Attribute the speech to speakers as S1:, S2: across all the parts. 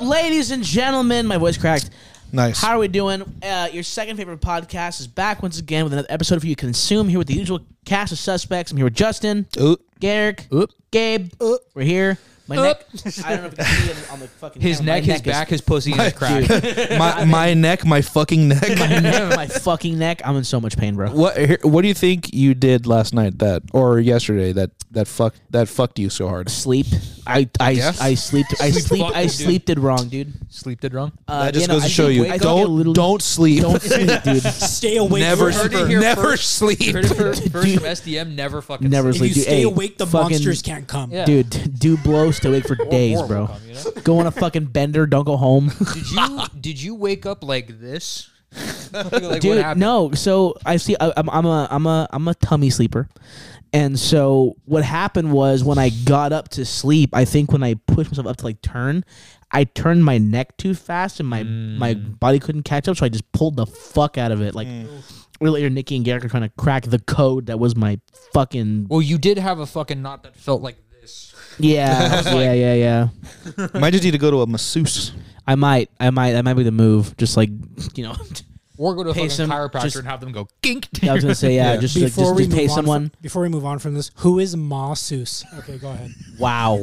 S1: Ladies and gentlemen, my voice cracked.
S2: Nice.
S1: How are we doing? Uh, your second favorite podcast is back once again with another episode for you to consume. Here with the usual cast of suspects. I'm here with Justin,
S2: Oop.
S1: Garrick,
S3: Oop.
S1: Gabe.
S2: Oop.
S1: We're here. My
S3: Oop.
S1: neck. I don't know if you can see it on the fucking.
S3: His
S1: camera.
S3: neck,
S1: My
S3: his back, his pussy, and his crack.
S2: my my neck, my fucking neck.
S1: Is, my fucking neck. I'm in so much pain, bro.
S2: what here- what do you think you did last night that or yesterday that that fuck that fucked you so hard?
S1: Sleep. I I
S2: Yes.
S1: I sleep. I sleep.
S3: fucking,
S1: I
S3: dude.
S1: sleep did wrong, dude.
S3: Sleep did wrong.
S1: Uh,
S2: that
S1: yeah,
S2: just
S1: no,
S2: goes
S1: I
S2: to show
S1: think
S2: you
S1: wake up a
S2: don't
S1: little-
S2: don't sleep.
S1: don't sleep, dude.
S4: Stay awake.
S2: never
S4: forever.
S3: heard it here
S2: never
S3: first.
S2: sleep.
S3: Heard it fir- first,
S1: Dude.
S3: from SDM. Never fucking.
S1: Never
S3: sleep.
S4: If you
S1: sleep. dude.
S4: stay
S1: Hey,
S4: awake, the
S1: fucking-
S4: monsters can't come.
S3: Yeah.
S1: Dude, do blows to wake for days, bro. Go on a fucking bender. Don't go home.
S3: Did you did you wake up like this? like what
S1: dude
S3: happened?
S1: no so i see I, I'm, I'm a i'm a i'm a tummy sleeper and so what happened was when i got up to sleep i think when i pushed myself up to like turn i turned my neck too fast and my
S3: Mm.
S1: my body couldn't catch up so i just pulled the fuck out of it like
S4: Mm.
S1: really later nikki and garrick are trying to crack the code that was my fucking
S3: Well, you did have a fucking knot that felt like this.
S1: yeah yeah yeah yeah
S2: Might just need to go to a masseuse.
S1: i might i might that might be the move just like you know
S3: Or go to a
S1: Pay
S3: fucking
S1: some-
S3: chiropractor
S1: just-
S3: and have them go gink.
S1: i was gonna say yeah,
S2: Yeah.
S1: just like, just, just pay
S4: move on
S1: someone
S4: from, before we move on from this, who is Masus? Okay, go ahead.
S1: wow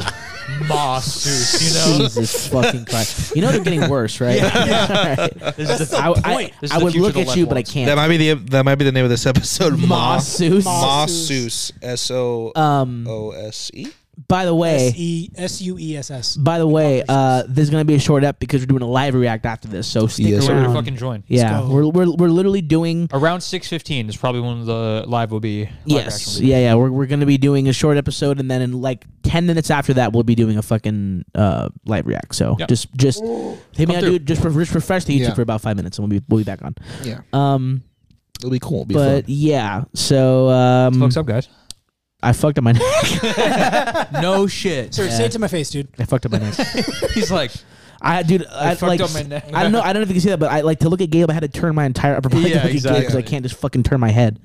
S3: Masseuse, you know.
S1: Jesus fucking Christ! You know they're getting worse, right? That's
S4: the
S1: I, I-
S4: point.
S3: This
S1: I
S3: is the
S1: would
S3: future
S1: look
S3: the
S1: at
S3: left
S1: you, but I
S3: wants.
S2: That
S1: can't.
S2: might be the that might be the name of this episode.
S1: Masseuse.
S2: Masseuse. S O
S1: Um.
S2: O S E.
S1: By the
S4: S
S1: way,
S4: E S U E S S.
S1: by the way, uh, there's gonna be a short up because we're doing a live react after this, so stick
S2: Yes, sir.
S3: Everybody
S1: around.
S3: fucking join.
S1: yeah,
S4: go.
S1: we're, we're we're literally doing.
S3: Around six fifteen is probably when the live will be. live
S1: Yes,
S3: reaction will be.
S1: yeah, yeah. We're we're gonna be doing a short episode, and then in like ten minutes after that, we'll be doing a fucking uh live react. So
S3: Yeah.
S1: just just hit me
S3: Come
S1: out,
S3: through.
S1: dude. Just re- just refresh the YouTube
S2: Yeah.
S1: for about five minutes, and we'll be we'll be back on.
S2: Yeah,
S1: Um,
S2: it'll be cool. It'll be
S1: but yeah, so um,
S3: Fucks up, guys.
S1: I fucked up my neck.
S3: No shit.
S4: Sir, say it to my face, dude.
S1: I fucked up my neck.
S3: He's like,
S1: I dude, I,
S3: fucked
S1: like,
S3: up my neck.
S1: I don't know. I don't know if you can see that, but I like to look at Gabe. I had to turn my entire upper body
S3: Yeah,
S1: to look at Gabe because I
S3: exactly.
S1: can't just fucking turn my head.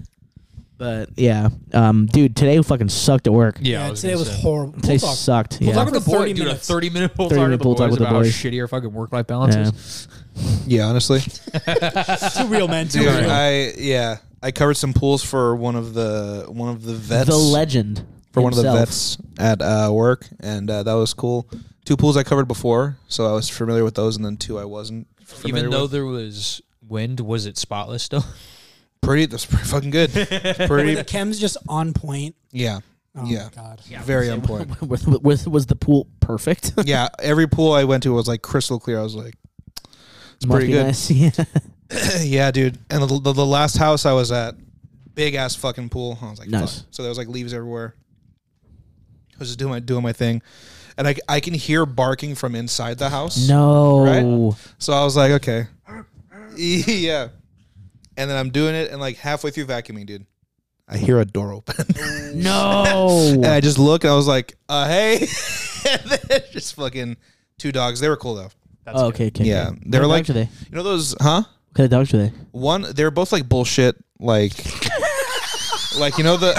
S1: But yeah, um, dude, today fucking sucked at work.
S3: yeah. I
S4: today
S3: gonna
S4: was
S3: say.
S4: horrible.
S1: Today
S4: Bulldog.
S1: sucked. Yeah.
S4: Talk
S3: Talk
S4: for
S3: to the boy,
S4: 30
S3: dude.
S4: minutes.
S3: A thirty-minute
S1: 30
S3: bull talk to
S1: minute
S3: the
S1: bull
S3: boys
S1: talk with the
S3: about how
S1: boys.
S3: shitty our fucking work-life balance
S1: Yeah.
S3: is.
S2: fun. Yeah, honestly,
S4: Two real men. Two
S2: dude.
S4: real.
S2: I yeah, I covered some pools for one of the one of the vets
S1: the legend
S2: for one of the
S1: himself.
S2: vets at uh, work, and uh, that was cool. Two pools I covered before, so I was familiar with those, and then two I wasn't. Familiar
S3: Even though
S2: with.
S3: there was wind, was it spotless still?
S2: pretty, that's pretty fucking good. It's
S4: Were
S2: pretty,
S4: the chems just on point?
S2: yeah,
S4: Oh,
S2: yeah,
S4: God.
S2: very on point.
S1: with, with, with- was the pool perfect.
S2: yeah, every pool I went to was like crystal clear. I was like, it's
S1: Must
S2: pretty
S1: be
S2: good.
S1: nice. Yeah.
S2: yeah, dude. And the, the, the last house I was at, big ass fucking pool. I was like,
S1: Nice.
S2: fuck. So there was like leaves everywhere. I was just doing my doing my thing, and I, I can hear barking from inside the house.
S1: No.
S2: Right? So I was like, okay, yeah. And then I'm doing it, and like halfway through vacuuming, dude, I hear a door open, and
S1: No.
S2: I just look, and I was like, uh, hey, and then just fucking two dogs. They were cool though.
S1: Oh, okay, okay.
S2: Yeah,
S1: okay.
S2: they were
S1: What
S2: like,
S1: dogs are they?
S2: you know those, huh?
S1: What kind of dogs are they?
S2: One, they're both like bullshit, like, like you know the.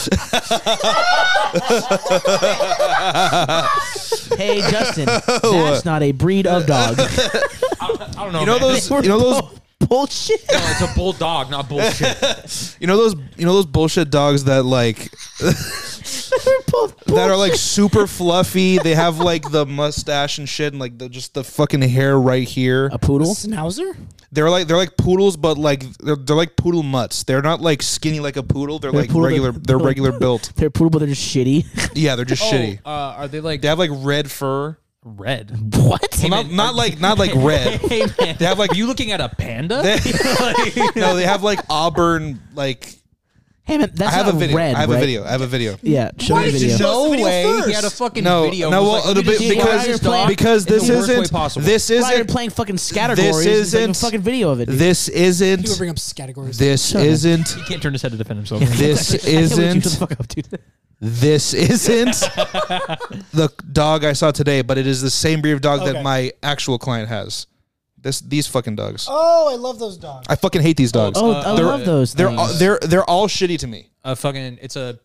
S1: Hey, Justin, that's not a breed of dog.
S3: I don't know.
S2: You know
S3: man.
S2: those. You know those.
S1: Bullshit.
S3: No, it's a bulldog, not bullshit.
S2: You know those. You know those bullshit dogs that like that are like super fluffy. They have like the mustache and shit, and like the, just the fucking hair right here.
S1: a poodle.
S4: Schnauzer?
S2: They're like they're like poodles, but like they're, they're like poodle mutts. They're not like skinny like a poodle. They're,
S1: They're
S2: like
S1: poodle-
S2: regular. They're
S1: poodle-
S2: regular built.
S1: They're poodle, but they're just shitty.
S2: Yeah, they're just shitty.
S3: Oh, uh, are they like
S2: They have like red fur.
S3: red?
S1: what?
S2: Well, not not like not like red.
S3: Hey man,
S2: They have like
S3: are you looking at a panda?
S2: no, they have like auburn like
S1: Hey man, that's
S2: I have
S1: not
S2: a video.
S1: red.
S2: I have
S1: right?
S2: a video. I have a video.
S1: Yeah, show me the video.
S2: No
S3: no way.
S2: way.
S3: He had a fucking
S2: No,
S3: video.
S2: no,
S3: It was
S2: well,
S3: like,
S2: it'll
S3: we
S2: be-
S3: just
S1: because-
S3: analyzed your dog
S2: Because
S3: in
S2: this
S3: the worst way
S2: isn't
S3: possible.
S2: this
S1: Why are you
S2: isn't
S1: playing fucking categories?
S2: This
S1: There's like a
S2: isn't-
S1: fucking video of it. dude.
S2: this isn't
S4: He would bring up categories.
S2: this
S1: up.
S2: isn't
S3: he can't turn his head to defend himself.
S2: this
S1: I can't believe you shut the
S2: isn't
S1: fuck up, dude.
S2: this isn't the dog I saw today, but it is the same breed of dog that
S4: Okay.
S2: my actual client has. This these fucking dogs.
S4: Oh, I love those dogs.
S2: I fucking hate these dogs.
S1: Oh, Mm. I
S3: they're-
S1: love those.
S2: Uh, They're
S1: things.
S2: all, they're they're all shitty to me.
S3: a fucking it's a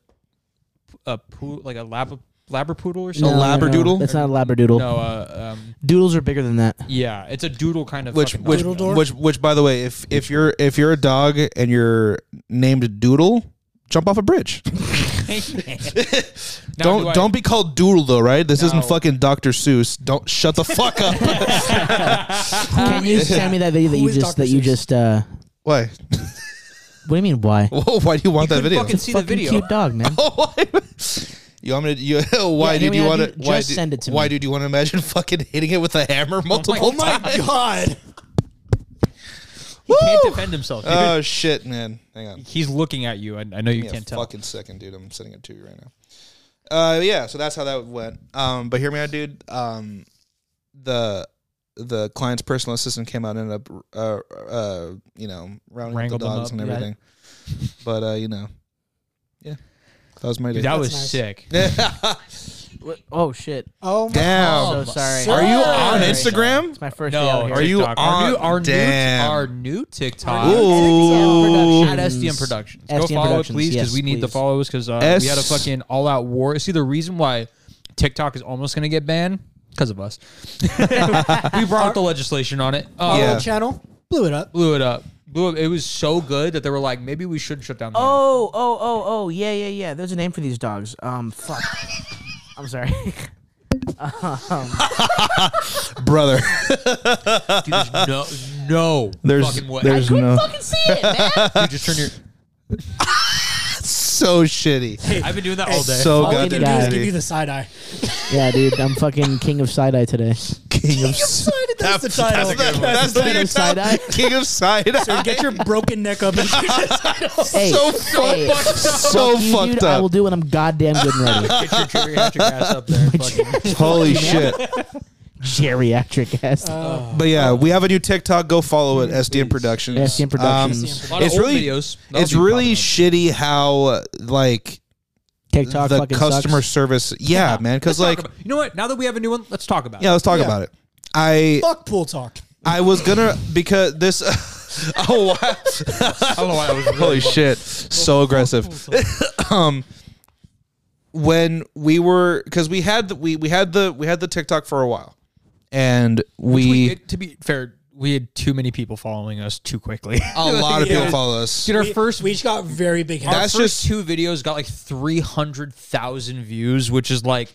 S3: a poo like a lap Labrapoodle or
S1: No,
S3: something?
S1: no, no.
S2: labradoodle?
S1: It's not a labradoodle.
S3: No, uh, um,
S1: Doodles are bigger than that.
S3: yeah, it's a doodle kind of
S2: Which
S3: fucking
S2: which,
S4: Doodle door?
S2: which which by the way, if if you're if you're a dog and you're named Doodle, jump off a bridge.
S3: Now,
S2: don't
S3: do I-
S2: don't be called Doodle though, right? This
S3: No.
S2: isn't fucking Dr. Seuss. Don't shut the fuck up.
S1: Can you send me that video that
S4: Who
S1: you
S4: is
S1: just
S4: Dr.
S1: that you
S4: Seuss?
S1: just uh
S2: Why?
S1: what do you mean why?
S2: Whoa, why do you want that
S3: couldn't
S2: video?
S3: fucking see the
S1: Fucking
S3: video.
S1: cute dog, man.
S2: Oh, why? You want me to? You, why
S1: Yeah,
S2: did
S1: yeah,
S2: you
S1: yeah,
S2: want to?
S1: dude,
S2: Why
S1: just
S2: did-
S1: send it to
S2: Why
S1: me.
S2: did you want to imagine fucking hitting it with a
S3: Oh
S2: hammer multiple times?
S4: God.
S3: He can't defend himself. dude.
S2: Oh shit, man! Hang on.
S3: He's looking at you. I, I know
S2: Give
S3: you
S2: me a
S3: can't tell.
S2: Fucking second, dude. I'm sending it to you right now. Uh, yeah. So that's how that went. Um, but hear me out, dude. Um, the the client's personal assistant came out and ended up, uh, uh, you know, rounding up the
S3: Wrangled them
S2: dogs
S3: up,
S2: and
S3: yeah.
S2: everything. But uh, you know, yeah, that was my day.
S3: Dude, that
S4: That's
S3: was
S4: nice.
S3: sick.
S1: Oh shit.
S4: Oh, my.
S2: Damn.
S1: So sorry.
S2: Are you
S4: Sorry.
S2: on Instagram?
S1: It's my first day out
S3: No,
S1: here.
S2: Are you
S3: TikTok. our new
S2: on- Oh,
S3: our new,
S2: Damn.
S3: our new TikTok?
S2: Ooh.
S3: At SDM Productions. Go
S1: SDM
S3: follow it,
S1: Productions,
S3: please, because
S1: yes,
S3: we need the
S1: please.
S3: followers because uh,
S2: S-
S3: we had a fucking all out war. See, the reason why TikTok is almost going to get banned because of us. we brought the legislation on it. Uh,
S2: Yeah.
S4: Our channel blew it up.
S3: Blew it up. Blew up. It was so good that they were like, maybe we should shut down the app.
S1: Oh, oh, oh, oh, yeah, yeah, yeah. There's a name for these dogs. Um fuck. I'm sorry.
S2: Brother,
S3: Dude, there's no, no
S2: there's
S3: fucking way.
S2: there's no
S1: fucking see it, man.
S3: Dude, just turn your.
S2: so shitty.
S3: I've been doing that all day.
S2: So
S1: Fucking
S2: goddamn
S1: guy.
S4: Just give you
S2: shitty.
S4: the side eye.
S1: yeah, dude, I'm fucking king of side eye today.
S2: King of
S4: That's the title.
S2: That's, that's,
S1: King of
S2: side
S1: side-eye.
S2: King of side eye.
S4: So get your broken neck up. And
S1: Hey,
S2: so
S1: hey,
S2: fucked up. So
S1: fuck you,
S2: fucked
S1: dude, I will
S2: up.
S1: do when I'm goddamn good and ready.
S3: Get your geriatric ass up there. fucking.
S2: Holy shit.
S1: Geriatric ass.
S2: But yeah, we have a new TikTok. Go follow it, SDN Productions. Um,
S1: SDN Productions.
S3: A lot of
S2: it's
S3: old
S2: really,
S3: videos. That'll
S2: it's
S3: be
S2: really
S3: popping up.
S2: shitty how like
S1: TikTok
S2: the
S1: fucking
S2: customer
S1: sucks.
S2: service. Yeah, man. Because
S3: Let's talk
S2: like,
S3: about- you know what? Now that we have a new one, let's talk about
S2: yeah,
S3: it.
S2: let's talk
S4: Yeah.
S2: about it. I
S4: fuck pool talk.
S2: I was gonna because this. oh wow.
S3: I don't know why I was
S2: Holy shit. So aggressive. um when we were cuz we had the, we we had the we had the TikTok for a while. And
S3: We,
S2: we
S3: it- to be fair, we had too many people following us too quickly.
S2: a lot of people
S4: Yeah.
S2: follow us.
S3: Dude, our
S4: We-
S3: first
S4: we each got very big
S3: our
S2: that's
S4: heads.
S3: first
S2: just-
S3: two videos got like three hundred thousand views, which is like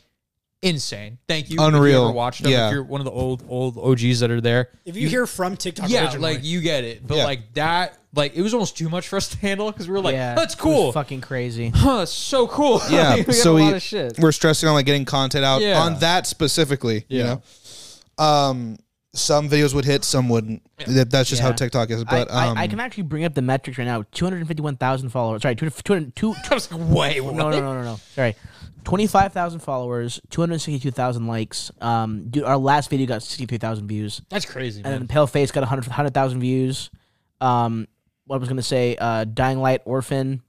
S3: insane. Thank you. If you
S2: Unreal.
S3: ever watched them,
S2: Yeah.
S3: if you're one of the old old OGs that are there.
S4: If you hear from TikTok,
S3: Yeah,
S4: originally,
S3: like you get it, but
S2: Yeah.
S3: like that, like it was almost too much for us to handle because we were like,
S1: Yeah,
S3: "That's
S1: it was
S3: cool,
S1: Fucking crazy.
S3: huh? That's so cool."
S2: Yeah.
S3: Like, we
S2: so
S3: got a
S2: we
S3: lot of shit.
S2: we're stressing on like getting content out
S3: Yeah.
S2: on that specifically, you
S3: Yeah.
S2: know. Um some videos would hit, some wouldn't. That, that's just how
S1: Yeah.
S2: TikTok is, but
S1: I,
S2: um
S1: I, I can actually bring up the metrics right now. 251,000 followers. Sorry, 200, 200, two-
S3: I was like, "Wait, what?"
S1: no, no, no, no, no. Sorry. 25,000 followers, 262,000 likes. Um, dude, our last video got 63,000 views.
S3: That's crazy,
S1: And then
S3: man.
S1: Pale Face got 100 100,000 views. Um, what I was going to say, uh, Dying Light Orphan,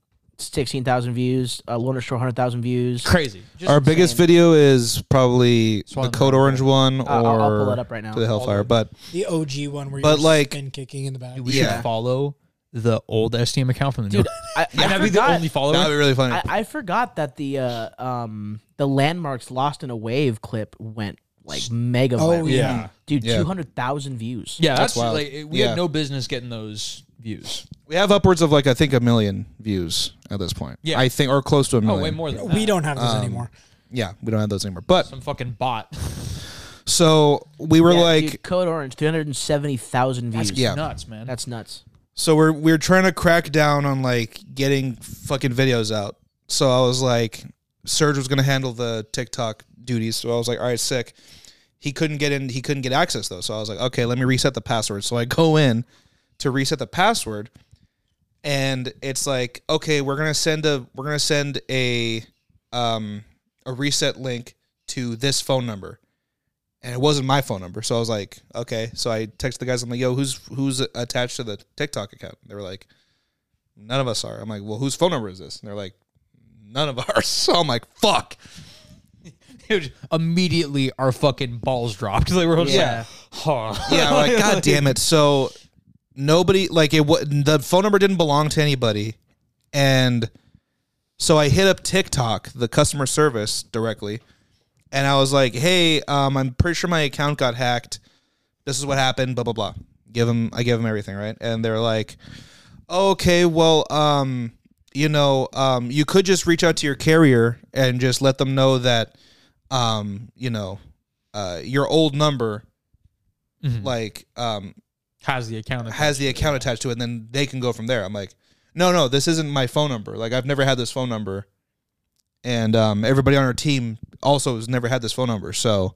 S1: 16,000 views. Uh, Lorna Shore, 100,000 views.
S3: Crazy. Just
S2: our biggest video is probably
S3: Swan
S2: the Code Orange one or
S1: Uh, I'll- I'll pull it up right now.
S2: to the Hellfire, but
S4: the OG one where
S2: But,
S4: you're
S2: like-
S4: spin kicking in the back.
S3: we
S2: Yeah.
S3: should follow the old STM account from the new.
S1: I, I,
S3: and that'd be the
S1: forgot,
S3: only follower.
S2: that'd be really funny.
S1: I, I forgot that the uh, um, the Landmarks Lost in a Wave clip went like mega viral.
S4: yeah.
S1: Dude,
S2: Yeah.
S1: 200,0on views.
S3: yeah,
S2: That's
S3: that's,
S2: wild.
S3: like it- we
S2: Yeah.
S3: had no business getting those views.
S2: We have upwards of like I think a million views at this point.
S3: Yeah.
S2: I think or close to a
S3: Oh,
S2: million.
S3: way more than that.
S4: We don't have those
S3: Um,
S4: anymore.
S2: Yeah, we don't have those anymore. But
S3: Some fucking bot.
S2: so we were
S1: Yeah,
S2: like,
S1: dude, Code Orange, 370,000 views.
S2: yeah.
S3: Nuts, man.
S1: That's nuts.
S2: So we're we're trying to crack down on like getting fucking videos out. So I was like, Serge was gonna handle the TikTok duties. So I was like, all right, sick. He couldn't get in. He couldn't get access though. So I was like, okay, let me reset the password. So I go in to reset the password, and it's like, okay, we're gonna send a we're gonna send a um a reset link to this phone number and it wasn't my phone number. So I was like, okay. So I texted the guys. I'm like, yo, who's who's attached to the TikTok account? And they were like, none of us are. I'm like, well, whose phone number is this? And they're like, none of ours. So I'm like, fuck.
S3: Dude, immediately our fucking balls dropped. They were just
S2: Yeah.
S3: like, huh.
S2: Yeah. I'm like, god damn it. So nobody like it. What the phone number didn't belong to anybody, and so I hit up TikTok, the customer service directly, and I was like, "Hey, um, I'm pretty sure my account got hacked. This is what happened. Blah blah blah." Give them, I give them everything, right? And they're like, "Okay, well, um, you know, um, you could just reach out to your carrier and just let them know that, um, you know, uh, your old number,
S3: Mhm.
S2: like, um,
S3: Has the account?
S2: has the account attached to it, and then they can go from there. I'm like, no, no, this isn't my phone number. Like, I've never had this phone number, and um, everybody on our team also has never had this phone number. So,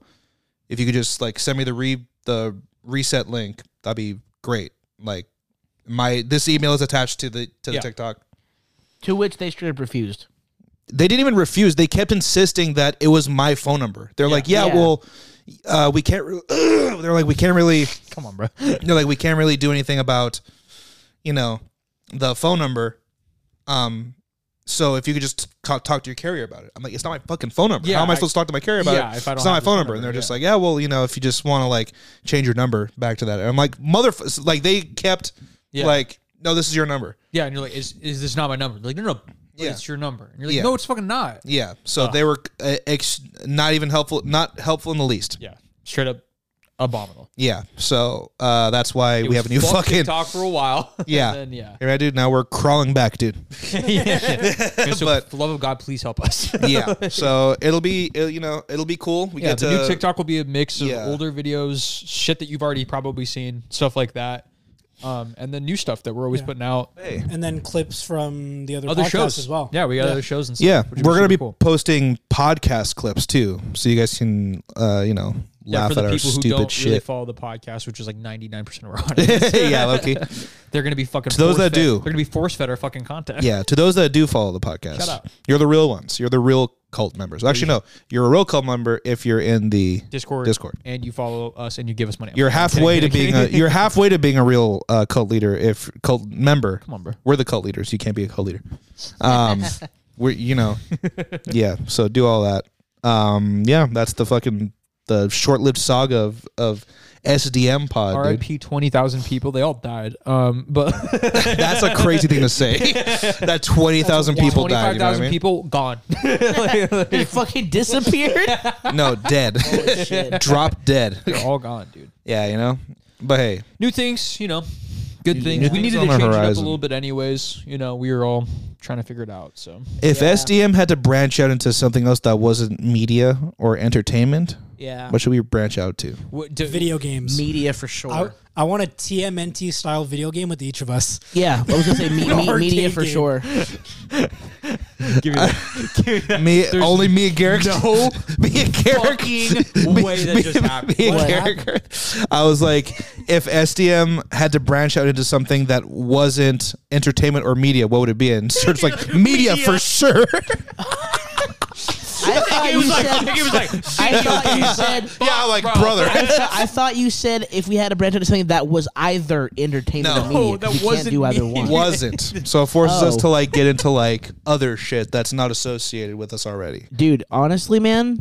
S2: if you could just like send me the re the reset link, that'd be great. Like, my this email is attached to the to the
S3: Yeah.
S2: TikTok.
S1: To which they straight up refused.
S2: They didn't even refuse. They kept insisting that it was my phone number. They're like, yeah,
S1: Yeah.
S2: well, uh, we can't. Re- they're like, we can't really.
S3: Come on, bro.
S2: they're like we can't really do anything about you know the phone number um so if you could just ca- talk to your carrier about it i'm like it's not my fucking phone number
S3: Yeah,
S2: how am i,
S3: I-
S2: supposed to talk to my carrier about
S3: Yeah,
S2: it
S3: if I don't
S2: it's not my
S3: have the
S2: phone
S3: phone
S2: number and they're
S3: number,
S2: just
S3: yeah.
S2: like yeah well you know if you just want to like change your number back to that and i'm like motherfucker like they kept
S3: Yeah.
S2: like no this is your number
S3: Yeah, and you're like, is, is this not my number? They're like, no, no, but
S2: Yeah.
S3: it's your number. And you're like,
S2: Yeah.
S3: no, it's fucking not.
S2: yeah so they were uh, ex- not even helpful not helpful in the least
S3: Yeah, straight up abominable.
S2: yeah so uh that's why we have a new fucking
S3: talk for a while. and
S2: yeah
S3: then, yeah.
S2: Here I do now we're crawling back dude
S3: Okay, so
S2: But-
S3: for the love of God, please help us.
S2: yeah. So it'll be it, you know it'll be cool. We
S3: yeah,
S2: get
S3: the
S2: to
S3: new TikTok will be a mix of
S2: Yeah.
S3: older videos, shit that you've already probably seen, stuff like that, um, and then new stuff that we're always
S4: Yeah.
S3: putting out.
S2: Hey.
S4: and then clips from the other,
S3: Other
S4: podcasts
S3: shows
S4: as well.
S3: Yeah, we got other shows and stuff.
S2: Yeah,
S3: which
S2: we're gonna
S3: super
S2: be
S3: cool.
S2: posting podcast clips too, so you guys can uh, you know
S3: Yeah,
S2: laugh
S3: for the
S2: at our
S3: people who don't
S2: stupid
S3: really
S2: shit.
S3: follow the podcast, which is like 99% of our audience,
S2: yeah, Loki.
S3: they're going to be fucking
S2: To those that
S3: force-fed-
S2: do.
S3: They're going to be force fed our fucking content.
S2: Yeah, to those that do follow the podcast,
S3: Shut up.
S2: you're the real ones. You're the real cult members. Actually, no, you're a real cult member if you're in the.
S3: Discord.
S2: Discord.
S3: And you follow us and you give us money.
S2: You're
S3: I'm kidding,
S2: halfway to
S3: kidding,
S2: being
S3: kidding.
S2: a you're halfway to being a real uh, cult leader if cult member.
S3: Come on, bro.
S2: We're the cult leaders. You can't be a cult leader. Um, we're you know, yeah. So do all that. Um, yeah, that's the fucking the short-lived saga of of SDM pod. dude.
S3: RIP 20,000 people. They all died. Um, but
S2: That's a crazy thing to say. that twenty thousand people died. You know what I
S3: 25,000
S2: mean?
S3: people gone.
S1: They fucking disappeared.
S2: No, dead,
S1: Shit.
S2: drop dead.
S3: They're all gone, dude.
S2: Yeah, you know. But hey,
S3: New things, you know, good things.
S2: new
S3: we
S2: things
S3: needed
S2: on the
S3: to change it up a
S2: horizon.
S3: little bit, anyways. You know, we were all trying to figure it out. So
S2: if
S1: Yeah.
S2: SDM had to branch out into something else that wasn't media or entertainment,
S1: Yeah.
S2: what should we branch out to?
S3: what, do,
S4: Video games.
S1: Media for sure.
S4: I, I want a TMNT style video game with each of us.
S1: yeah, I was gonna say me, me,
S4: Arcade
S1: media for
S4: game.
S1: sure.
S3: give me that.
S2: Me, only me and Garrick. No, me and Garrick.
S3: fucking
S2: me-
S3: way that
S2: me-
S3: just happened.
S2: me and
S4: What
S2: Garrick- I was like, if SDM had to branch out into something that wasn't entertainment or media, what would it be? And Serge's like, media, for sure.
S1: I thought you said.
S3: it was like
S1: I thought you said.
S2: yeah, I'm like,
S3: bro.
S2: brother.
S1: I thought, I thought you said if we had to branch out to something that was either entertainment
S2: No,
S1: or media. 'cause
S3: that
S1: you can't
S3: wasn't
S1: do either
S3: me.
S1: one.
S2: Wasn't. So it forces us
S1: Oh.
S2: to like get into like other shit that's not associated with us already.
S1: Dude, honestly, man,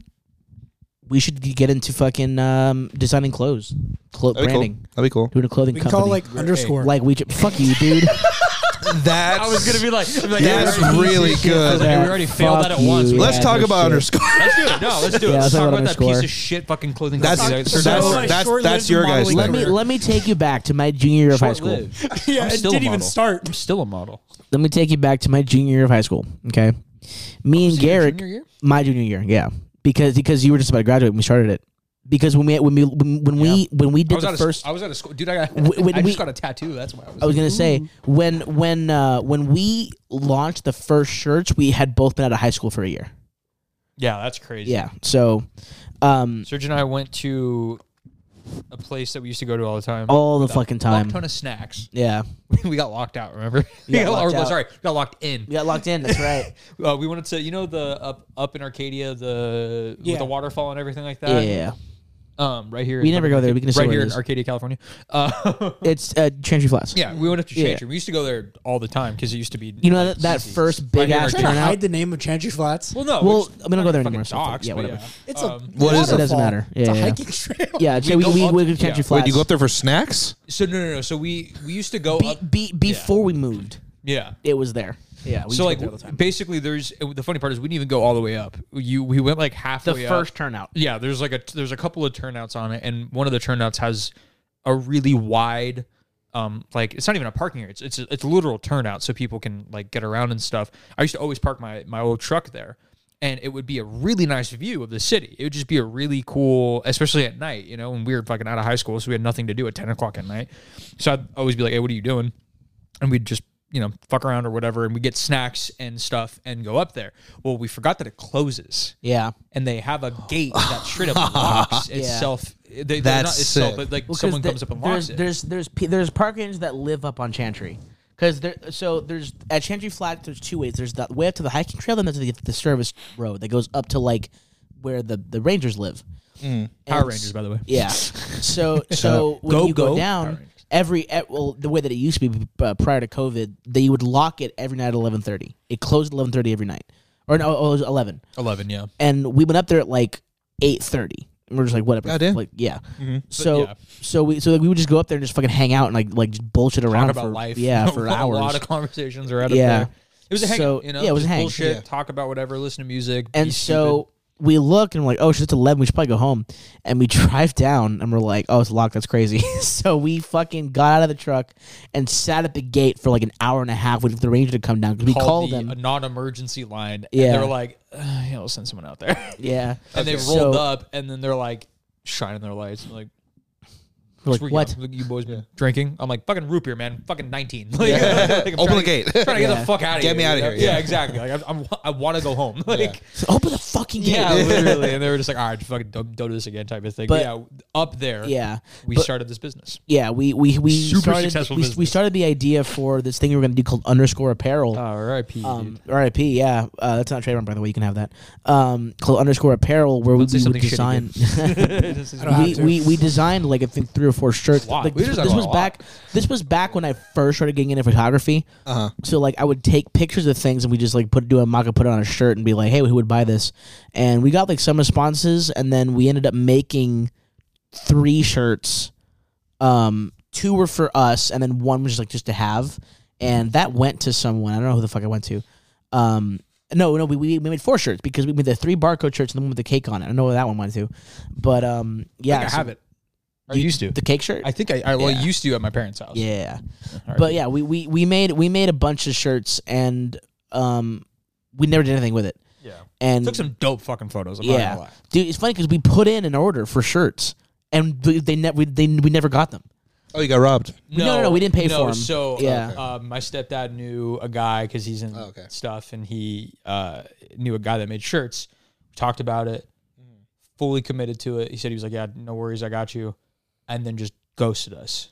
S1: we should get into fucking um, designing clothes, Clo-
S2: That'd be
S1: branding,
S2: cool. That'd be cool.
S1: doing a clothing
S4: We can
S1: company.
S4: call it like underscore.
S1: like we ju- fuck you, dude.
S2: That's
S3: I was gonna be like, I'm like
S2: That's
S3: yeah, we're already-
S2: really
S3: I was
S2: good.
S3: like, we already failed
S1: Fuck
S3: at it
S1: you.
S3: once. We
S2: Let's
S1: Yeah,
S2: talk
S1: that's
S2: about
S1: shit.
S2: underscore.
S3: Let's do it. No, let's do it.
S1: Yeah,
S3: let's
S1: that's
S3: talk
S1: what
S3: about
S1: I'm
S3: that
S1: score.
S3: piece of shit fucking clothing.
S2: That's
S3: company that
S2: that's
S3: Sergio
S4: so-
S2: that's,
S3: started.
S2: that's,
S4: Short-lived
S2: your guys.
S4: modeling
S1: let
S2: Thing.
S1: me let me take you back to my junior year of high school.
S3: Short-lived.
S4: yeah,
S3: I'm
S4: it
S3: still a
S4: didn't even
S3: model.
S4: start.
S3: I'm still a model.
S1: Let me take you back to my junior year of high school. Okay, me and
S3: Was it your
S1: Garrick,
S3: junior year?
S1: my junior year, yeah, because because you were just about to graduate, when we started it. Because when we when we when, when we when we
S3: I
S1: did
S3: was, at
S1: the
S3: a,
S1: first
S3: I was at a school, dude. I got,
S1: Wh- when
S3: I
S1: we-
S3: just got a tattoo. That's why I was.
S1: I was gonna say
S3: Mm-hmm.
S1: when when uh, when we launched the first shirts, we had both been out of high school for a year.
S3: yeah, that's crazy.
S1: Yeah, so um,
S3: Serge and I went to a place that we used to go to all the time.
S1: all the
S3: With a
S1: fucking time.
S3: fuck ton of snacks.
S1: Yeah,
S3: we got locked out. Remember? We
S1: Yeah,
S3: got-
S1: locked
S3: or,
S1: out.
S3: Sorry, we got locked in.
S1: we got locked in. That's right.
S3: Uh, we wanted to, you know, the up up in Arcadia, the
S4: Yeah.
S3: with the waterfall and everything like that.
S1: yeah,
S3: Um, right here.
S1: We
S3: in
S1: never go there. We can just say
S3: right
S1: where
S3: here
S1: it
S3: in
S1: is.
S3: Arcadia, California. Uh,
S1: it's uh, Chantry Flats.
S3: yeah, we went up to
S1: Yeah.
S3: Chantry. We used to go there all the time because it used to be.
S1: You know that, that
S3: CC's.
S1: first big
S3: here in
S1: ass
S4: Trying to
S1: turnout.
S4: hide the name of Chantry Flats.
S3: Well, no.
S1: Well,
S3: it's
S1: I'm gonna go there
S3: fucking
S1: anymore, so fuck-
S3: docks,
S1: yeah,
S3: but
S1: whatever.
S4: it's a
S3: Um,
S2: What is
S1: it? It doesn't
S4: waterfall.
S1: matter. Yeah,
S4: it's a
S1: yeah.
S4: hiking trail.
S1: yeah, we
S3: we
S1: we,
S3: go
S1: we,
S3: up-
S1: went to Chantry
S3: yeah.
S1: Flats.
S2: Wait, you go up there for snacks?
S3: so no, no, no. So we we used to go
S1: Be,
S3: up.
S1: be, before we moved,
S3: Yeah.
S1: it was there. Yeah.
S3: so like basically, there's the funny part is we didn't even go all the way up. You we went like halfway.
S1: the
S3: up.
S1: first turnout.
S3: yeah there's like a there's a couple of turnouts on it and one of the turnouts has a really wide um like it's not even a parking area it's it's a, it's a literal turnout so people can like get around and stuff i used to always park my my old truck there and it would be a really nice view of the city it would just be a really cool especially at night you know when we were fucking out of high school so we had nothing to do at 10 o'clock at night so i'd always be like hey what are you doing and we'd just you know fuck around or whatever and we get snacks and stuff and go up there well we forgot that it closes
S1: Yeah.
S3: and they have a gate that straight up locks itself. They, they're
S2: That's
S3: not itself,
S2: sick.
S3: but like
S1: Well, 'cause
S3: someone
S1: the-
S3: comes up and locks
S1: there's,
S3: it.
S1: There's there's pe- there's parkings that live up on Chantry. Cause there, so there's at Chantry Flat. There's two ways. There's the way up to the hiking trail, then there's the, the service road that goes up to like where the the Rangers live.
S3: Mm. Power
S1: And-
S3: Rangers, by the way.
S1: Yeah. So so when
S2: Go,
S1: you go,
S2: go.
S3: Power
S1: down
S3: Rangers.
S1: every e- well the way that it used to be uh, prior to COVID, they would lock it every night at eleven thirty. It closed at eleven thirty every night, or no, oh, it was eleven.
S3: Eleven, yeah.
S1: And we went up there at like eight thirty. We're just like whatever.
S2: Goddamn.
S1: Like yeah. So
S3: Mm-hmm. yeah.
S1: so we so like, we would just go up there and just fucking hang out and like like just bullshit
S3: Talk
S1: around
S3: about
S1: for
S3: life.
S1: yeah for
S3: a
S1: hours.
S3: lot of conversations are out of
S1: Yeah.
S3: there. It was a hangout,
S1: So-
S3: you know.
S1: yeah, it was a
S3: just
S1: hang,
S3: Bullshit,
S2: yeah.
S3: talk about whatever, listen to music, be
S1: and so we look and we're like, oh shit, it's eleven. We should probably go home. And we drive down and we're like, oh, it's locked. That's crazy. so we fucking got out of the truck and sat at the gate for like an hour and a half waiting for the ranger to come down because we
S3: stupid,
S1: called
S3: the
S1: them.
S3: a non-emergency line.
S1: Yeah.
S3: and they're like, "Ugh, yeah, we'll send someone out there.
S1: yeah,
S3: and they
S1: So-
S3: rolled up, and then they're like shining their lights, and like.
S1: We're like,
S3: "What's
S1: what?
S3: You, you boys been drinking? I'm like fucking root beer, man. Fucking 19. Like, like, I'm
S2: Open
S3: trying
S2: the
S3: to-
S2: gate.
S3: Trying to get
S1: Yeah.
S3: the fuck out of here.
S2: Get me outta
S3: you know?
S2: here,
S3: Yeah,
S2: yeah.
S3: exactly. Like I'm, I'm, I want to go home. Like
S1: So open the fucking gate.
S3: yeah, literally. And they were just like, all right, fucking don't, don't do this again, type of thing.
S1: But-
S3: But yeah, up there,
S1: yeah.
S3: we
S1: But-
S3: started this business.
S1: Yeah, we we we
S3: Super
S1: started
S3: successful
S1: we, we
S3: business.
S1: started the idea for this thing we were gonna do called underscore apparel.
S3: All right, P.
S1: um, RIP, yeah, uh, that's not trademark by the way. You can have that. Um, called underscore apparel where we,
S3: Don't say
S1: we would
S3: something
S1: design.
S4: I don't
S1: we,
S4: have to.
S1: we we designed like I think three or four shirts.
S3: A lot.
S1: Like,
S3: We
S1: this
S3: designed
S1: this
S3: a
S1: was
S3: lot.
S1: back. This was back when I first started getting into photography.
S2: Uh-huh.
S1: So like I would take pictures of things and we just like put do a mock up, put it on a shirt, and be like, hey, who would buy this? And we got like some responses, and then we ended up making three shirts. Um, two were for us, and then one was just, like just to have, and that went to someone. I don't know who the fuck I went to. Um, no, no, we, we we made four shirts because we made the three barcode shirts and the one with the cake on it. I don't know where that one went to, but um, yeah,
S3: I
S1: so-
S3: have it. I
S1: You-
S3: used to.
S1: the cake shirt.
S3: I think I, I well,
S1: Yeah.
S3: used to at my parents' house.
S1: yeah,
S3: R.I.P.
S1: but yeah, we, we we made we made a bunch of shirts and um, we never did anything with it.
S3: yeah.
S1: And
S3: Took some dope fucking photos. I'm not
S1: yeah,
S3: gonna lie.
S1: dude, it's funny because we put in an order for shirts and we- they never we, they we never got them.
S2: Oh, you got robbed.
S1: No, no, no, we didn't pay
S3: no,
S1: for 'em.
S3: So
S1: Yeah.
S3: yeah, uh, my stepdad knew a guy because he's in
S2: Oh, okay.
S3: stuff, and he uh, knew a guy that made shirts. Talked about it,
S2: Mm-hmm.
S3: fully committed to it. He said he was like, "Yeah, no worries, I got you," and then just ghosted us.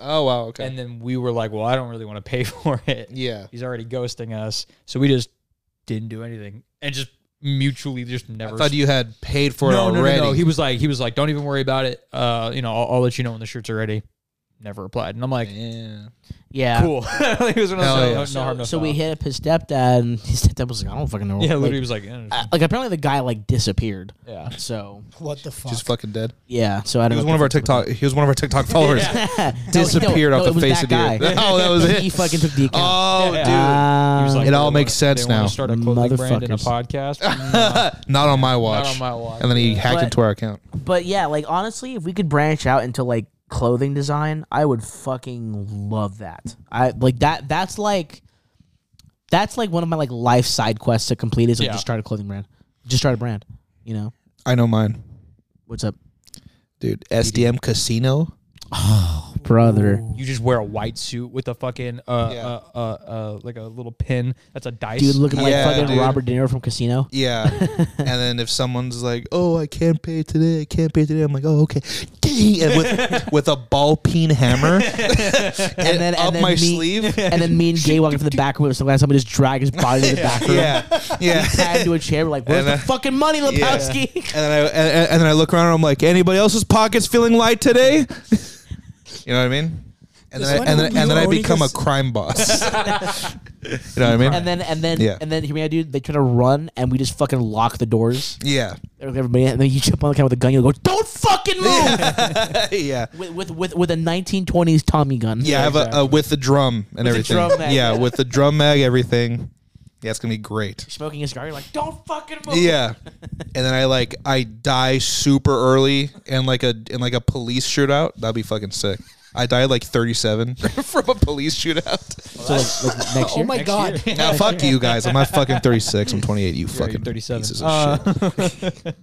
S2: Oh wow. Okay.
S3: And then we were like, "Well, I don't really want to pay for it.
S2: yeah.
S3: He's already ghosting us." So we just didn't do anything, and just mutually just never.
S2: I thought you had paid for
S3: no,
S2: it
S3: no,
S2: already.
S3: no, no. He was like, he was like, "Don't even worry about it. Uh, you know, I'll, I'll let you know when the shirts are ready." Never replied, and I'm like,
S2: yeah.
S1: Yeah,
S3: cool. it was one of
S2: Hell
S3: those,
S2: yeah.
S3: no, no
S1: So,
S3: harm, no
S1: so
S3: foul.
S1: we hit up his stepdad and his stepdad was like, I don't fucking know.
S3: Yeah,
S1: like,
S3: literally was like, eh,
S1: uh, like apparently the guy like disappeared.
S3: yeah.
S1: So
S4: What the fuck?
S2: Just fucking dead.
S1: yeah, so I
S2: He
S1: don't.
S2: was
S1: know
S2: one of our TikTok. He was one of our TikTok followers. Disappeared
S1: no,
S2: off
S1: no, it
S2: the
S1: was
S2: face
S1: that
S2: of the earth.
S1: guy.
S2: Oh, that was
S1: He
S2: it.
S1: fucking took the account.
S2: Oh,
S3: Yeah.
S2: dude.
S3: He was like,
S1: Um,
S2: It all
S3: "They wanna-
S2: makes sense
S3: they wanna
S2: now.
S3: Start a clothing brand and uh, a
S1: Motherfuckers.
S3: podcast. Nah,
S2: Not on my watch.
S3: not on my watch.
S2: And then he
S3: Yeah.
S2: hacked
S1: But-
S2: into our account.
S1: Um, But yeah, like honestly, if we could branch out into like clothing design, I would fucking love that. I like that. That's like, that's like one of my like life side quests to complete is like
S3: Yeah.
S1: just start a clothing brand, just start a brand. You know
S2: I know mine,
S1: what's up,
S2: dude. SDM Casino.
S1: brother?
S3: You just wear a white suit with a fucking uh,
S2: Yeah.
S3: uh, uh, uh, like a little pin. That's a dice.
S1: Dude, looking
S2: Yeah,
S1: like fucking
S2: dude.
S1: Robert De Niro from Casino.
S2: Yeah. and then if someone's like, "Oh, I can't pay today. I can't pay today," I'm like, "Oh, okay." Ding! And with with a ball peen hammer
S1: And then,
S2: up
S1: and then
S2: my
S1: me,
S2: sleeve.
S1: and then me and Jay walking from the back room with some guy. Somebody just drag his body to the back room,
S2: yeah, yeah.
S1: tied into a chair. We're like, where's
S2: And
S1: the
S2: then-
S1: fucking money,
S2: Yeah.
S1: Lepowski?
S2: And then I and, and then I look around and I'm like, anybody else's pockets feeling light today? you know what I mean? And
S4: Just
S2: then I, and
S4: wonder who
S2: then,
S4: you
S2: and then I
S4: already
S2: become a
S4: just-
S2: crime boss. You know what I mean?
S1: And then and then
S2: Yeah.
S1: and then hear me out, dude. They try to run, and we just fucking lock the doors.
S2: yeah.
S1: Everybody, and then you jump on the cat with a gun. You go, don't fucking move.
S2: yeah.
S1: With, with with with a 1920s Tommy gun.
S2: Yeah, I have a, a with the drum and
S1: With the
S2: everything.
S1: drum mag,
S2: yeah,
S1: yeah.
S2: with the drum mag, everything. Yeah, it's gonna be great.
S1: Smoking a cigar, you're like, don't fucking move.
S2: Yeah, and then I like I die super early in like a in like a police shootout. That'd be fucking sick. I died like 37 from a police shootout.
S1: So like, like next year.
S4: Oh my god.
S2: Now fuck you guys. I'm not fucking 36. I'm 28. You
S3: you're
S2: fucking
S3: 37.
S2: pieces of shit.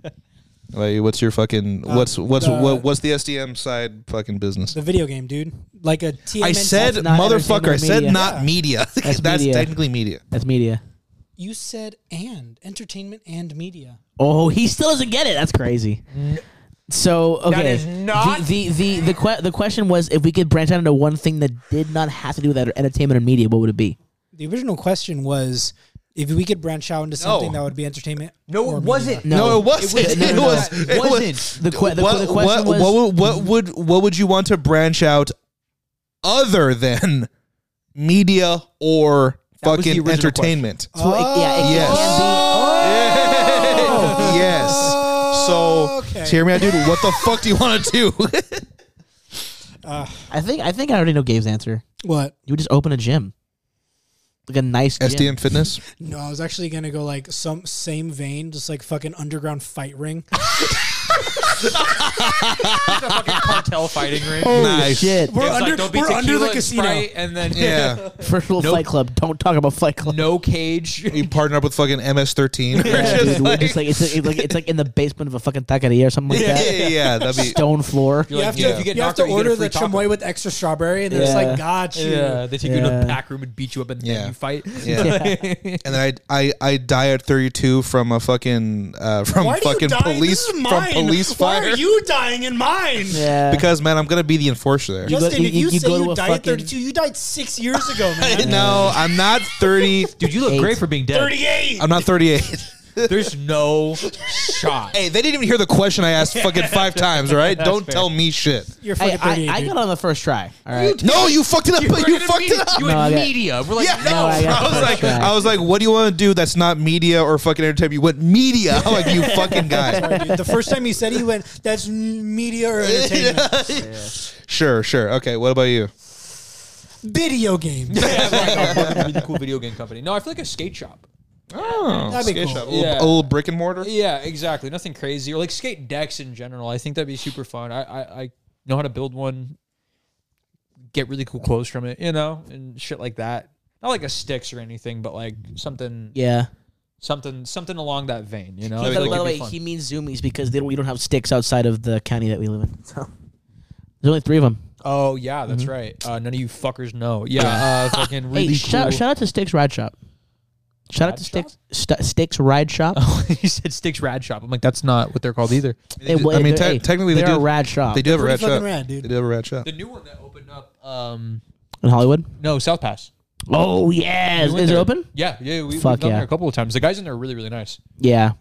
S2: Like, what's your fucking what's what's
S4: the-
S2: what, what's the SDM side fucking business?
S4: The video game, dude. Like a TMNT.
S2: I said
S1: not
S2: motherfucker. I
S1: entertainment
S2: said
S1: media.
S2: not
S4: Yeah.
S2: media. That's,
S1: media.
S2: technically media.
S1: That's media.
S4: You said and entertainment and media.
S1: Oh, he still doesn't get it. That's crazy. So okay,
S3: is not-
S1: the the the the, que- the question was if we could branch out into one thing that did not have to do with that or entertainment or media, what would it be?
S4: The original question was if we could branch out into something that would be entertainment.
S3: No,
S4: or
S3: it wasn't.
S1: No.
S2: No, it wasn't.
S1: was- no, no,
S2: It
S1: no.
S2: was.
S3: It
S2: It was.
S3: wasn't.
S1: The, que- the,
S2: what,
S1: the question
S2: what,
S1: was
S2: what, would- what would what would you want to branch out other than media or
S3: That was the
S2: fucking
S3: original
S2: entertainment?
S4: Oh.
S1: So it- yeah, it
S2: Yes.
S1: can be.
S3: Oh.
S1: Oh.
S2: yes. So,
S4: Okay.
S2: so hear me out, dude. What the fuck do you want to do?
S1: I think I think I already know Gabe's answer.
S4: What?
S1: You would just open a gym, like a nice gym.
S2: SDM fitness.
S4: No, I was actually gonna go like some same vein, just like fucking underground fight ring.
S3: It's a fucking cartel fighting ring.
S2: nice.
S1: Shit,
S4: We're
S3: It's like,
S4: under,
S3: there'll be
S4: we're under
S3: tequila
S4: the
S3: and
S4: casino.
S3: Sprite and then
S2: Yeah.
S1: first rule of
S3: Nope.
S1: Fight Club. Don't talk about Fight Club.
S3: no cage.
S2: You partner up with fucking MS13.
S1: Yeah,
S2: Just
S1: dude, we're
S2: like-
S1: just like it's, like it's like it's like in the basement of a fucking taqueria or something like
S2: yeah,
S1: that.
S2: yeah, yeah. That'd be
S1: Stone floor.
S4: You
S3: You're like,
S4: have to,
S3: yeah,
S4: you
S3: if you get
S4: have
S3: knocked
S4: to
S3: out, you get
S4: order
S3: a free
S4: the
S3: taco.
S4: chamoy with extra strawberry, and then it's
S1: Yeah.
S4: like, got you.
S3: Yeah, they take you to
S1: Yeah.
S3: the back room and beat you up, and
S2: Yeah.
S3: then you fight.
S2: Yeah. and then I, I I die at 32 from a fucking uh, from
S4: Why do you
S2: fucking
S4: die?
S2: police
S4: This is
S2: from
S4: mine.
S2: police
S4: Why
S2: fire.
S4: are you dying in mine?
S1: Yeah,
S2: Because man, I'm gonna be the enforcer there.
S1: go-
S4: Justin,
S1: you-
S4: if you,
S1: you- you
S4: say
S1: go to
S4: you
S1: a
S4: died at
S1: fucking-
S4: 32, you died six years ago, man.
S2: no, I'm not 30.
S3: Dude, you look
S1: Eight.
S3: great for being dead.
S4: 38.
S2: I'm not 38.
S3: There's no shot.
S2: Hey, they didn't even hear the question I asked fucking five times. All right, don't
S3: fair.
S2: tell me shit.
S4: You're
S1: Hey,
S4: fucking 38.
S1: I, I
S4: dude.
S1: got on the first try. All right.
S2: No, you fucked it up. You,
S3: We're gonna
S2: fucked
S3: meet-
S2: it up.
S3: You
S1: No, I
S3: in
S1: got-
S3: media. We're like,
S2: yeah,
S3: no.
S1: I got
S2: I, was
S1: first
S2: like,
S1: try.
S2: I was like, what do you want to do that's not media or fucking entertainment? You went media. I'm like, you fucking guy.
S4: Dude, the first time you said it, you went, that's n- media or entertainment.
S2: Sure, sure. Okay, what about you?
S4: Video game.
S3: Yeah, like, oh, we're gonna be the cool video game company. No, I feel like a skate shop.
S2: Oh,
S4: That'd be
S2: skate
S4: cool.
S2: shop. A, little, a
S3: Yeah.
S2: little brick and mortar.
S3: Yeah, exactly. Nothing crazy or like skate decks in general. I think that'd be super fun. I I, I know how to build one. Get really cool clothes from it, you know, and shit like that. Not like a sticks or anything, but like something,
S1: Yeah.
S3: something, something along that vein, you know. I
S1: By,
S3: feel
S1: the-
S3: like
S1: by the
S3: it'd
S1: way,
S3: be fun.
S1: he means zoomies because they don't, we don't have sticks outside of the county that we live in. So there's only three of them.
S3: oh yeah, that's right. Uh, none of you fuckers know. Yeah, uh, fucking really
S1: hey,
S3: cool.
S1: shout, shout out to Sticks Ride Shop. Shout out
S3: Ride
S1: to
S3: Shop?
S1: Sticks St- Sticks Ride Shop.
S3: Oh, he said sticks rad shop. I'm like, that's not what they're called either.
S1: Hey, well,
S2: I mean,
S1: they're-
S2: te-
S1: hey,
S2: technically they
S1: they're a
S2: do.
S1: rad shop
S2: They do have a
S4: Pretty
S2: rat
S4: fucking
S2: shop.
S4: rad, dude.
S2: They do have a rat shop.
S3: The new one that opened up, um,
S1: in Hollywood.
S3: no South Pass.
S1: Oh yes,
S3: We went
S1: is it
S3: there.
S1: open?
S3: Yeah, yeah, we,
S1: Fuck
S3: have gone
S1: yeah.
S3: there a couple of times. The guys in there are really, really nice.
S1: Yeah,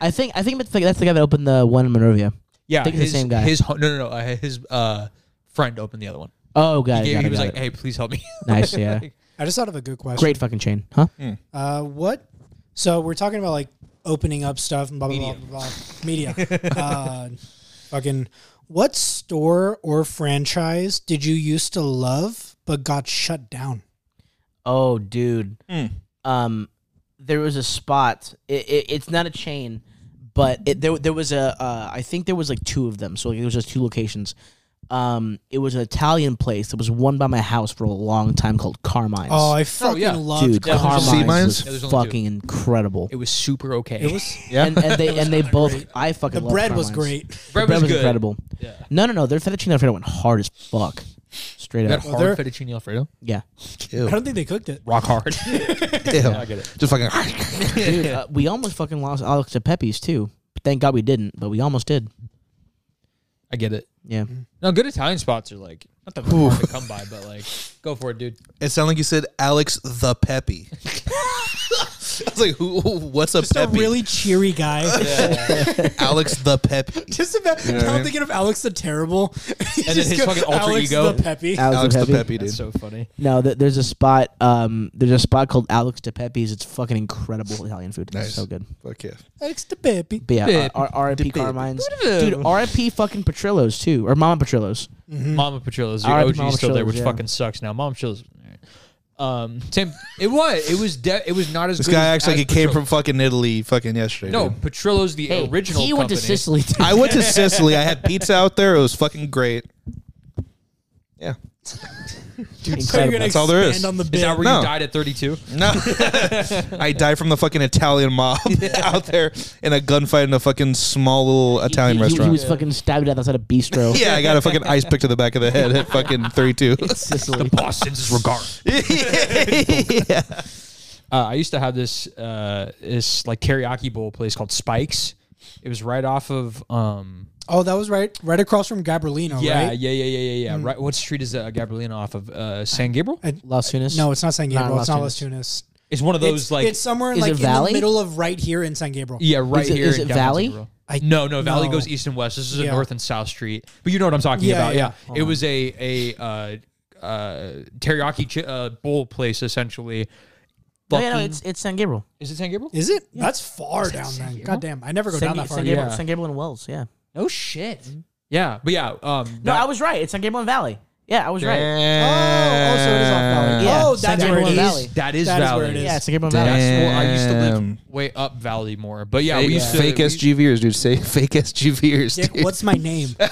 S1: I think I think that's the, that's the guy that opened the one in Monrovia.
S3: Yeah,
S1: think it's the
S3: his,
S1: same guy.
S3: His ho- no, no, no. Uh, his uh, friend opened the other one.
S1: Oh god,
S3: he,
S1: got
S3: he
S1: it,
S3: was
S1: got
S3: like,
S1: it.
S3: "Hey, please help me."
S1: nice, yeah,
S4: I just thought of a good question.
S1: great fucking chain, huh?
S4: Uh, what? So we're talking about like opening up stuff and blah blah blah blah. blah. Media. uh, fucking. What store or franchise did you used to love but got shut down?
S1: Oh, dude.
S3: Hmm.
S1: Um, there was a spot. It, it, it's not a chain, but it, there there was a. Uh, I think there was like two of them. So like, it was just two locations. Um, it was an Italian place. There was one by my house for a long time called Carmine's.
S4: Oh, I fucking
S3: yeah.
S4: loved
S1: dude,
S3: yeah, there's
S4: Carmine's.
S3: only-
S1: Carmine's
S2: See, mine- Mine's?
S3: Yeah,
S1: was
S3: there's only two.
S1: fucking incredible.
S3: It was super okay.
S4: It was
S2: Yeah.
S1: And, and they and they both. I fucking
S4: the
S1: loved
S4: bread was
S1: Carmine's.
S4: great.
S1: The bread was, incredible.
S3: Yeah.
S1: No, no, no. Their fettuccine alfredo went hard as fuck. Straight
S3: That
S1: up.
S3: hard
S4: they're-
S3: fettuccine alfredo,
S1: Yeah.
S4: I don't think they cooked it.
S3: rock hard.
S2: Ew.
S3: I get it.
S2: Just fucking.
S1: Dude, uh, we almost fucking lost Alex to Pepe's too. Thank God we didn't, but we almost did.
S3: I get it.
S1: Yeah.
S3: No, good Italian spots are like not that they're hard to come by, but like, go for it, dude.
S2: It sounded like you said Alex the Peppy. I was like, who? What's a
S4: Just a
S2: Peppy?
S4: really cheery guy.
S2: Alex the Peppy.
S4: Just about,
S2: know what I
S4: I'm
S2: mean?
S4: thinking of Alex the Terrible. and
S3: then his fucking alter ego.
S4: the Peppy.
S1: Alex,
S2: Alex
S1: the
S2: the
S1: Peppy.
S2: Peppy, dude.
S3: That's so funny.
S1: No, th- there's a spot. Um, there's a spot called Alex de Pepe's. It's fucking incredible Italian food. It's
S2: Nice.
S1: so good.
S2: Fuck yeah.
S4: Alex the Peppy.
S1: But yeah,
S3: Pepe.
S1: uh, R- RIP
S2: De Pepe.
S1: Carmine's. Dude, RIP fucking Patrillos too, or Mama Patrillos.
S3: Mama Patrillo's the
S1: R.I.P.
S3: OG
S1: Mama
S3: still there,
S1: Petrillo's,
S3: which
S1: yeah.
S3: fucking sucks now. Mama Patrillo's. Um, Tim, it was it was de- it was not as
S2: This
S3: good
S2: guy
S3: as-
S2: acts like
S3: as
S2: he came
S3: Petrillo.
S2: from fucking Italy fucking yesterday.
S3: no
S2: dude.
S3: Patrillo's the
S1: Hey,
S3: original.
S1: He went to
S3: company.
S1: Sicily. Too.
S2: I went to Sicily. I had pizza out there. It was fucking great. Yeah.
S4: So you're gonna
S2: That's all there is.
S4: expand On the bit.
S3: Is that where
S2: No.
S3: you died at 32?
S2: No. I died from the fucking Italian mob out there in a gunfight in a fucking small little Italian
S1: he, he-
S2: restaurant.
S1: He was fucking stabbed to death outside a bistro.
S2: yeah, I got a fucking ice pick to the back of the head at fucking 32.
S1: Sicily.
S3: Boss sends his regard.
S2: yeah.
S3: Uh, I used to have this uh, this like teriyaki bowl place called Spikes. It was right off of um
S4: Oh, that was right, right across from Gabrielino,
S3: yeah
S4: Oh, right?
S3: yeah yeah yeah yeah
S1: Hmm.
S3: yeah right. What street is that? Gabrielina off of uh, San Gabriel?
S1: Las Tunas.
S4: No, it's not San Gabriel.
S1: Not
S4: it's not Las Tunas.
S3: It's one of those
S4: it's,
S3: like
S4: it's somewhere
S1: Is
S4: like
S1: it
S4: in
S1: Valley?
S4: the middle of right here in San Gabriel.
S3: yeah right
S1: it-
S3: here.
S1: is
S3: in
S1: it
S3: downtown San
S1: Valley?
S3: Gabriel.
S4: I-
S3: no, no, Valley
S4: no.
S3: goes east and west. This is a
S4: Yeah.
S3: north and south street, but you know what I'm talking
S4: Yeah,
S3: about.
S4: yeah. Uh-huh.
S3: Yeah, it was a a uh, uh, teriyaki chi- uh, bowl place essentially.
S1: no, yeah, no,
S3: Fucking-
S1: it's it's San Gabriel.
S3: is it San Gabriel?
S4: Is it? That's far down there. God damn, I never go
S1: San,
S4: down that
S1: Ga-
S4: far.
S1: San Gabriel,
S3: Yeah.
S1: San Gabriel and Wells. Yeah.
S3: No shit. Yeah, but yeah. Um,
S1: No,
S3: that-
S1: I was right. It's San Gabriel and Valley. Yeah, I was right.
S4: Oh, oh, so it is off Valley.
S1: Yeah.
S4: Oh,
S1: San
S4: that's where it
S1: Gabriel
S4: is.
S1: Valley.
S3: That is
S4: That is
S3: Valley.
S4: where it is.
S1: Yeah, it's San Gabriel and
S2: Damn.
S1: Valley.
S3: That's where I used to
S2: Damn.
S3: live way up Valley more. But Oh, yeah, we used to
S2: fake
S3: we-
S2: SGVers, dude. Say fake SGVers.
S4: Dick,
S2: dude.
S4: what's my name?
S1: That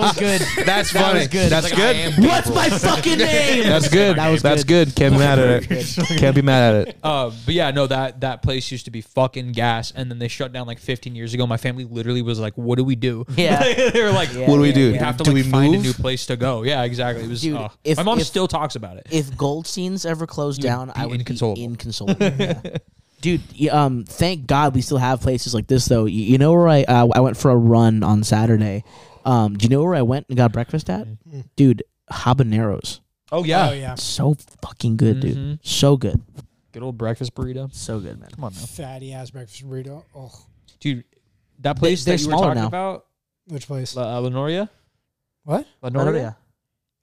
S1: was good.
S2: That's funny.
S1: good.
S2: That's
S3: Like, I
S2: good.
S3: am
S1: What's my fucking name?
S2: That's good.
S1: That was
S2: That's good. Can't be mad at it. Can't be mad at it.
S3: Uh, but yeah, no, that that place used to be fucking gas, and then they shut down like 15 years ago. My family literally was like, "What do we do?"
S1: Yeah.
S3: they were like,
S1: Yeah,
S2: What do we
S1: yeah,
S2: do?
S3: "We have to
S2: do
S3: like
S2: we move?
S3: find a new place to go." Yeah, exactly. It was.
S1: Dude,
S3: uh,
S1: if-
S3: my mom
S1: if-
S3: still talks about it.
S1: if Goldstein's ever closed down, I
S3: be
S1: would
S3: inconsolable.
S1: be inconsolable. yeah. Dude, y- um, thank God we still have places like this though. Y- You, know where I uh, I went for a run on Saturday. Um, do you know where I went and got breakfast at?
S3: Mm-hmm.
S1: Dude, habaneros.
S3: Oh yeah,
S4: Oh yeah,
S1: So fucking good,
S3: Mm-hmm.
S1: dude. So good.
S3: good old breakfast burrito.
S1: So good, man.
S3: Come on, now.
S4: fatty ass breakfast burrito. Oh,
S3: dude. That place
S1: they're
S3: that you were
S1: smaller
S3: talking
S1: now.
S3: about,
S4: which place?
S3: La, uh, Lenoria,
S4: What?
S3: Lenoria,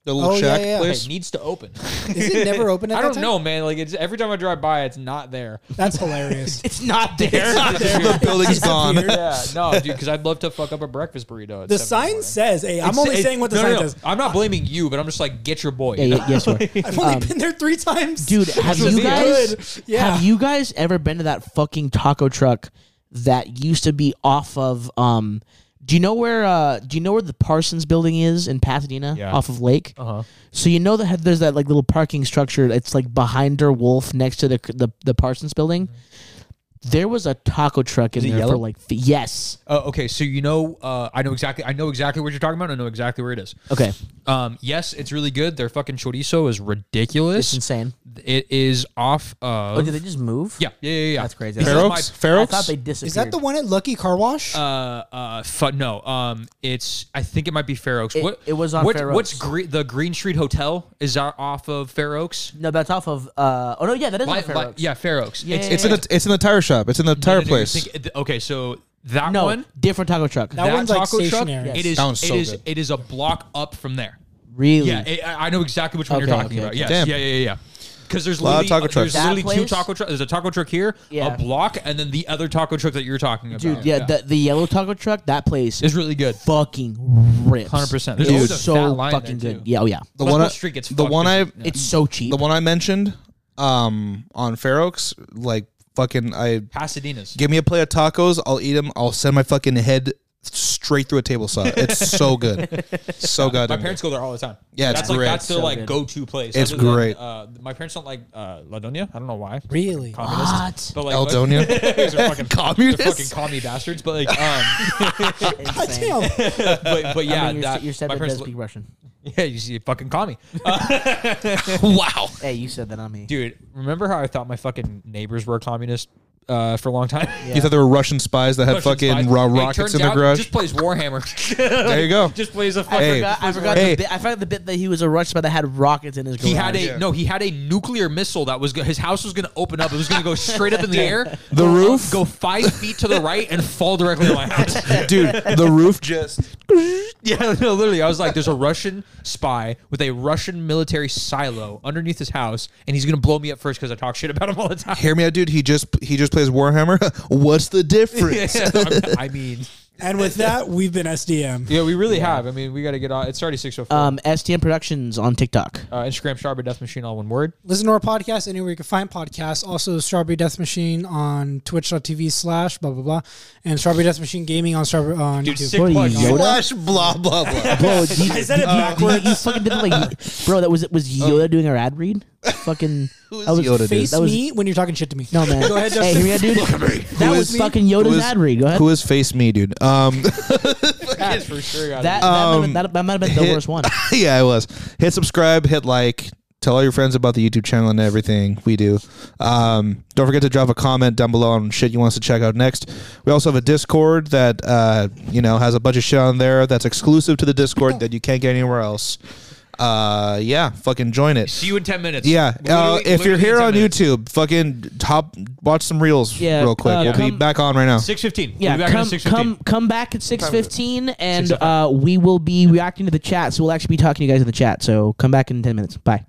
S2: The little
S4: Oh, yeah,
S2: shack
S4: yeah, yeah.
S2: place.
S3: It needs to open.
S4: Is it never open? At
S3: I
S4: that
S3: don't
S4: time?
S3: know, man. Like it's every time I drive by, it's not there.
S4: That's hilarious.
S1: It's not there.
S2: the building's gone.
S3: yeah, no, dude, because I'd love to fuck up a breakfast burrito. At 7 in
S4: The sign
S3: morning.
S4: says, "Hey, I'm
S3: It's-
S4: only
S3: it-
S4: saying what the
S3: no, no,
S4: sign
S3: no.
S4: says."
S3: I'm not blaming you, but I'm just like, get your boy.
S1: yeah, yeah, yes, you are.
S4: I've only been there three times.
S1: Dude, have
S3: what
S1: you
S3: it
S1: guys
S4: is. Yeah.
S1: have you guys ever been to that fucking taco truck that used to be off of um do you know where uh do you know where the Parsons building is in Pasadena
S3: Yeah.
S1: off of Lake?
S3: Uh-huh.
S1: So you know that there's that like little parking structure. It's like behind Der Wolf next to the the, the Parsons building. There was a taco truck in
S3: Mm-hmm. it
S1: there for
S3: yellow?
S1: like th- yes.
S3: Oh, okay, so you know, uh, I know exactly, I know exactly what you're talking about. I know exactly where it is.
S1: Okay,
S3: Um, yes, it's really good. Their fucking chorizo is
S1: it's
S3: ridiculous.
S1: insane.
S3: it is off of.
S1: Oh, did they just move?
S3: yeah, yeah, yeah, yeah.
S1: that's crazy.
S3: Because
S1: Fair
S3: my-
S2: Ferox? Ferox?
S1: I thought they disappeared.
S4: is that the one at Lucky Car Wash?
S3: uh, uh, fu- no, um, it's. I think it might be Fair Oaks.
S1: It-
S3: what
S1: it was on
S3: what-
S1: Fair
S3: What's
S1: Oaks.
S3: gre- the Green Street Hotel? Is that off of Fair Oaks?
S1: No, that's off of. Uh, oh no, yeah, that is
S3: Li-
S1: off of
S3: li-
S1: Fair Oaks.
S3: Yeah, Fair Oaks.
S1: Yeah, yeah,
S2: It's in the it's in the tire shop. It's in the tire
S3: No, no, no, you're
S2: place.
S3: thinking- okay, so that
S1: No,
S3: one,
S1: different taco truck.
S4: That one's, like, stationary.
S3: It is.
S2: That one's so
S3: it is.
S2: good.
S3: It is a block up from there.
S1: really?
S3: Yeah, it, I I know exactly which one you're
S1: Okay,
S3: talking
S1: okay,
S3: about.
S1: okay.
S3: Yes,
S2: Damn.
S3: yeah, yeah, yeah. Because there's
S2: Lot of
S3: literally,
S2: taco trucks.
S3: there's
S1: That
S3: literally two
S1: place?
S3: taco trucks. There's a taco truck here,
S1: Yeah.
S3: a block, and then the other taco truck that you're talking about.
S1: Dude, yeah, The, the yellow taco truck, that place
S3: it's
S1: is
S3: really good.
S1: fucking rips.
S3: 100%. There's
S1: It's
S3: always a fat
S1: so
S3: line
S1: fucking
S3: there,
S1: good.
S3: too.
S1: Yeah, oh yeah.
S2: the
S3: West
S2: one I,
S3: West Street gets
S2: the
S3: fucked
S2: one
S3: if
S2: I
S3: you-
S1: It's so cheap.
S2: the one I mentioned um on Fair Oaks, like fucking I
S3: Pasadena's.
S2: give me a plate of tacos, I'll eat them, I'll send my fucking head straight through a table saw. It's so good. So
S3: my
S2: goddamn good.
S3: parents go there all the time.
S2: Yeah, it's
S3: that's like
S2: great.
S3: that's their
S1: So
S3: like
S1: good.
S3: go-to place.
S2: It's
S3: Other than,
S2: great.
S3: uh, my parents don't like uh, Ladonia. I don't know why.
S4: really?
S3: Communists. But like
S2: Eldonia.
S3: those are fucking
S2: Communists?
S3: They're fucking commie bastards. But like, um,
S4: God damn.
S3: but but yeah,
S1: I mean, your,
S3: that,
S1: your
S3: my
S1: stepdad
S3: parents.
S1: does speak Russian.
S3: yeah, you see, fucking Uh, commie.
S2: wow.
S1: Hey, you said that on me.
S3: Dude, remember how I thought my fucking neighbors were communist uh, for a long time.
S2: You thought there were Russian spies that had
S3: Russian
S2: fucking
S3: spies.
S2: raw
S3: Hey,
S2: rockets
S3: turns
S2: in their
S3: out
S2: garage?
S3: Just plays Warhammer.
S2: there you go.
S3: just plays a
S1: I
S3: fucking.
S2: Hey.
S1: forgot, I forgot
S2: Hey.
S1: the bit. I forgot the bit that he was a rush, but that had rockets in his. Garage.
S3: He had a
S2: Yeah.
S3: no. He had a nuclear missile that was go- his house was going to open up. It was going to go straight up in the air.
S2: The
S3: go up,
S2: roof?
S3: go five feet to the right and fall directly on my house.
S2: Dude, the roof just.
S3: Yeah, no, literally. I was like, there's a Russian spy with a Russian military silo underneath his house, and he's gonna blow me up first because I talk shit about him all the time.
S2: Hear me out, dude. He just he just plays Warhammer. What's the difference?
S3: I'm- I mean,
S4: And with that, we've been SDM.
S3: yeah, we really have. I mean, we got to get on. It's already six oh four.
S1: um, STM Productions on TikTok.
S3: uh, Instagram Strawberry Death Machine, all one word.
S4: Listen to our podcast anywhere you can find podcasts. Also, Strawberry Death Machine on twitch.tv slash blah, blah, blah. And Strawberry Death Machine Gaming on, Strawberry, on
S3: Dude,
S4: YouTube.
S3: sick
S1: What are
S3: plug.
S1: you, Yoda?
S2: Slash blah blah blah.
S1: Bro, do you,
S4: I said
S1: do you- do
S4: it
S1: you-
S4: backwards.
S1: You, fucking did it like, bro. That was was Yoda doing our ad read. Fucking.
S2: Who is
S1: that was
S2: Yoda, dude?
S4: Face
S1: That was
S4: me when you're talking shit to me.
S1: no man.
S4: Go ahead,
S1: hey,
S4: Justin.
S1: hear me out, dude. That
S2: Who
S1: was
S2: is-
S1: fucking
S2: who
S1: Yoda's
S2: is-
S1: ad read. Go ahead.
S2: Who is face me, dude? Um,
S3: That's for sure. gotta
S1: that, that,
S3: be.
S1: might
S2: Um,
S1: have, that, that might have been the
S2: hit-
S1: worst one.
S2: yeah, I was. Hit subscribe, hit like, tell all your friends about the YouTube channel and everything we do. Um, don't forget to drop a comment down below on shit you want us to check out next. We also have a Discord that uh, you know has a bunch of shit on there that's exclusive to the Discord that you can't get anywhere else. Uh, yeah, fucking join it.
S3: See you in ten minutes.
S2: Yeah, uh,
S3: Literally-
S2: if you're
S3: literally in
S2: here
S3: 10
S2: on
S3: minutes.
S2: YouTube, fucking top watch some reels
S1: Yeah,
S2: real quick.
S1: uh,
S2: we'll be
S1: come-
S2: back on right now.
S3: six fifteen.
S1: Yeah,
S3: we'll be back
S1: come,
S3: in six
S1: come,
S3: fifteen.
S1: come back at six fifteen, and uh, we will be reacting to the chat. So we'll actually be talking to you guys in the chat. So come back in ten minutes. Bye.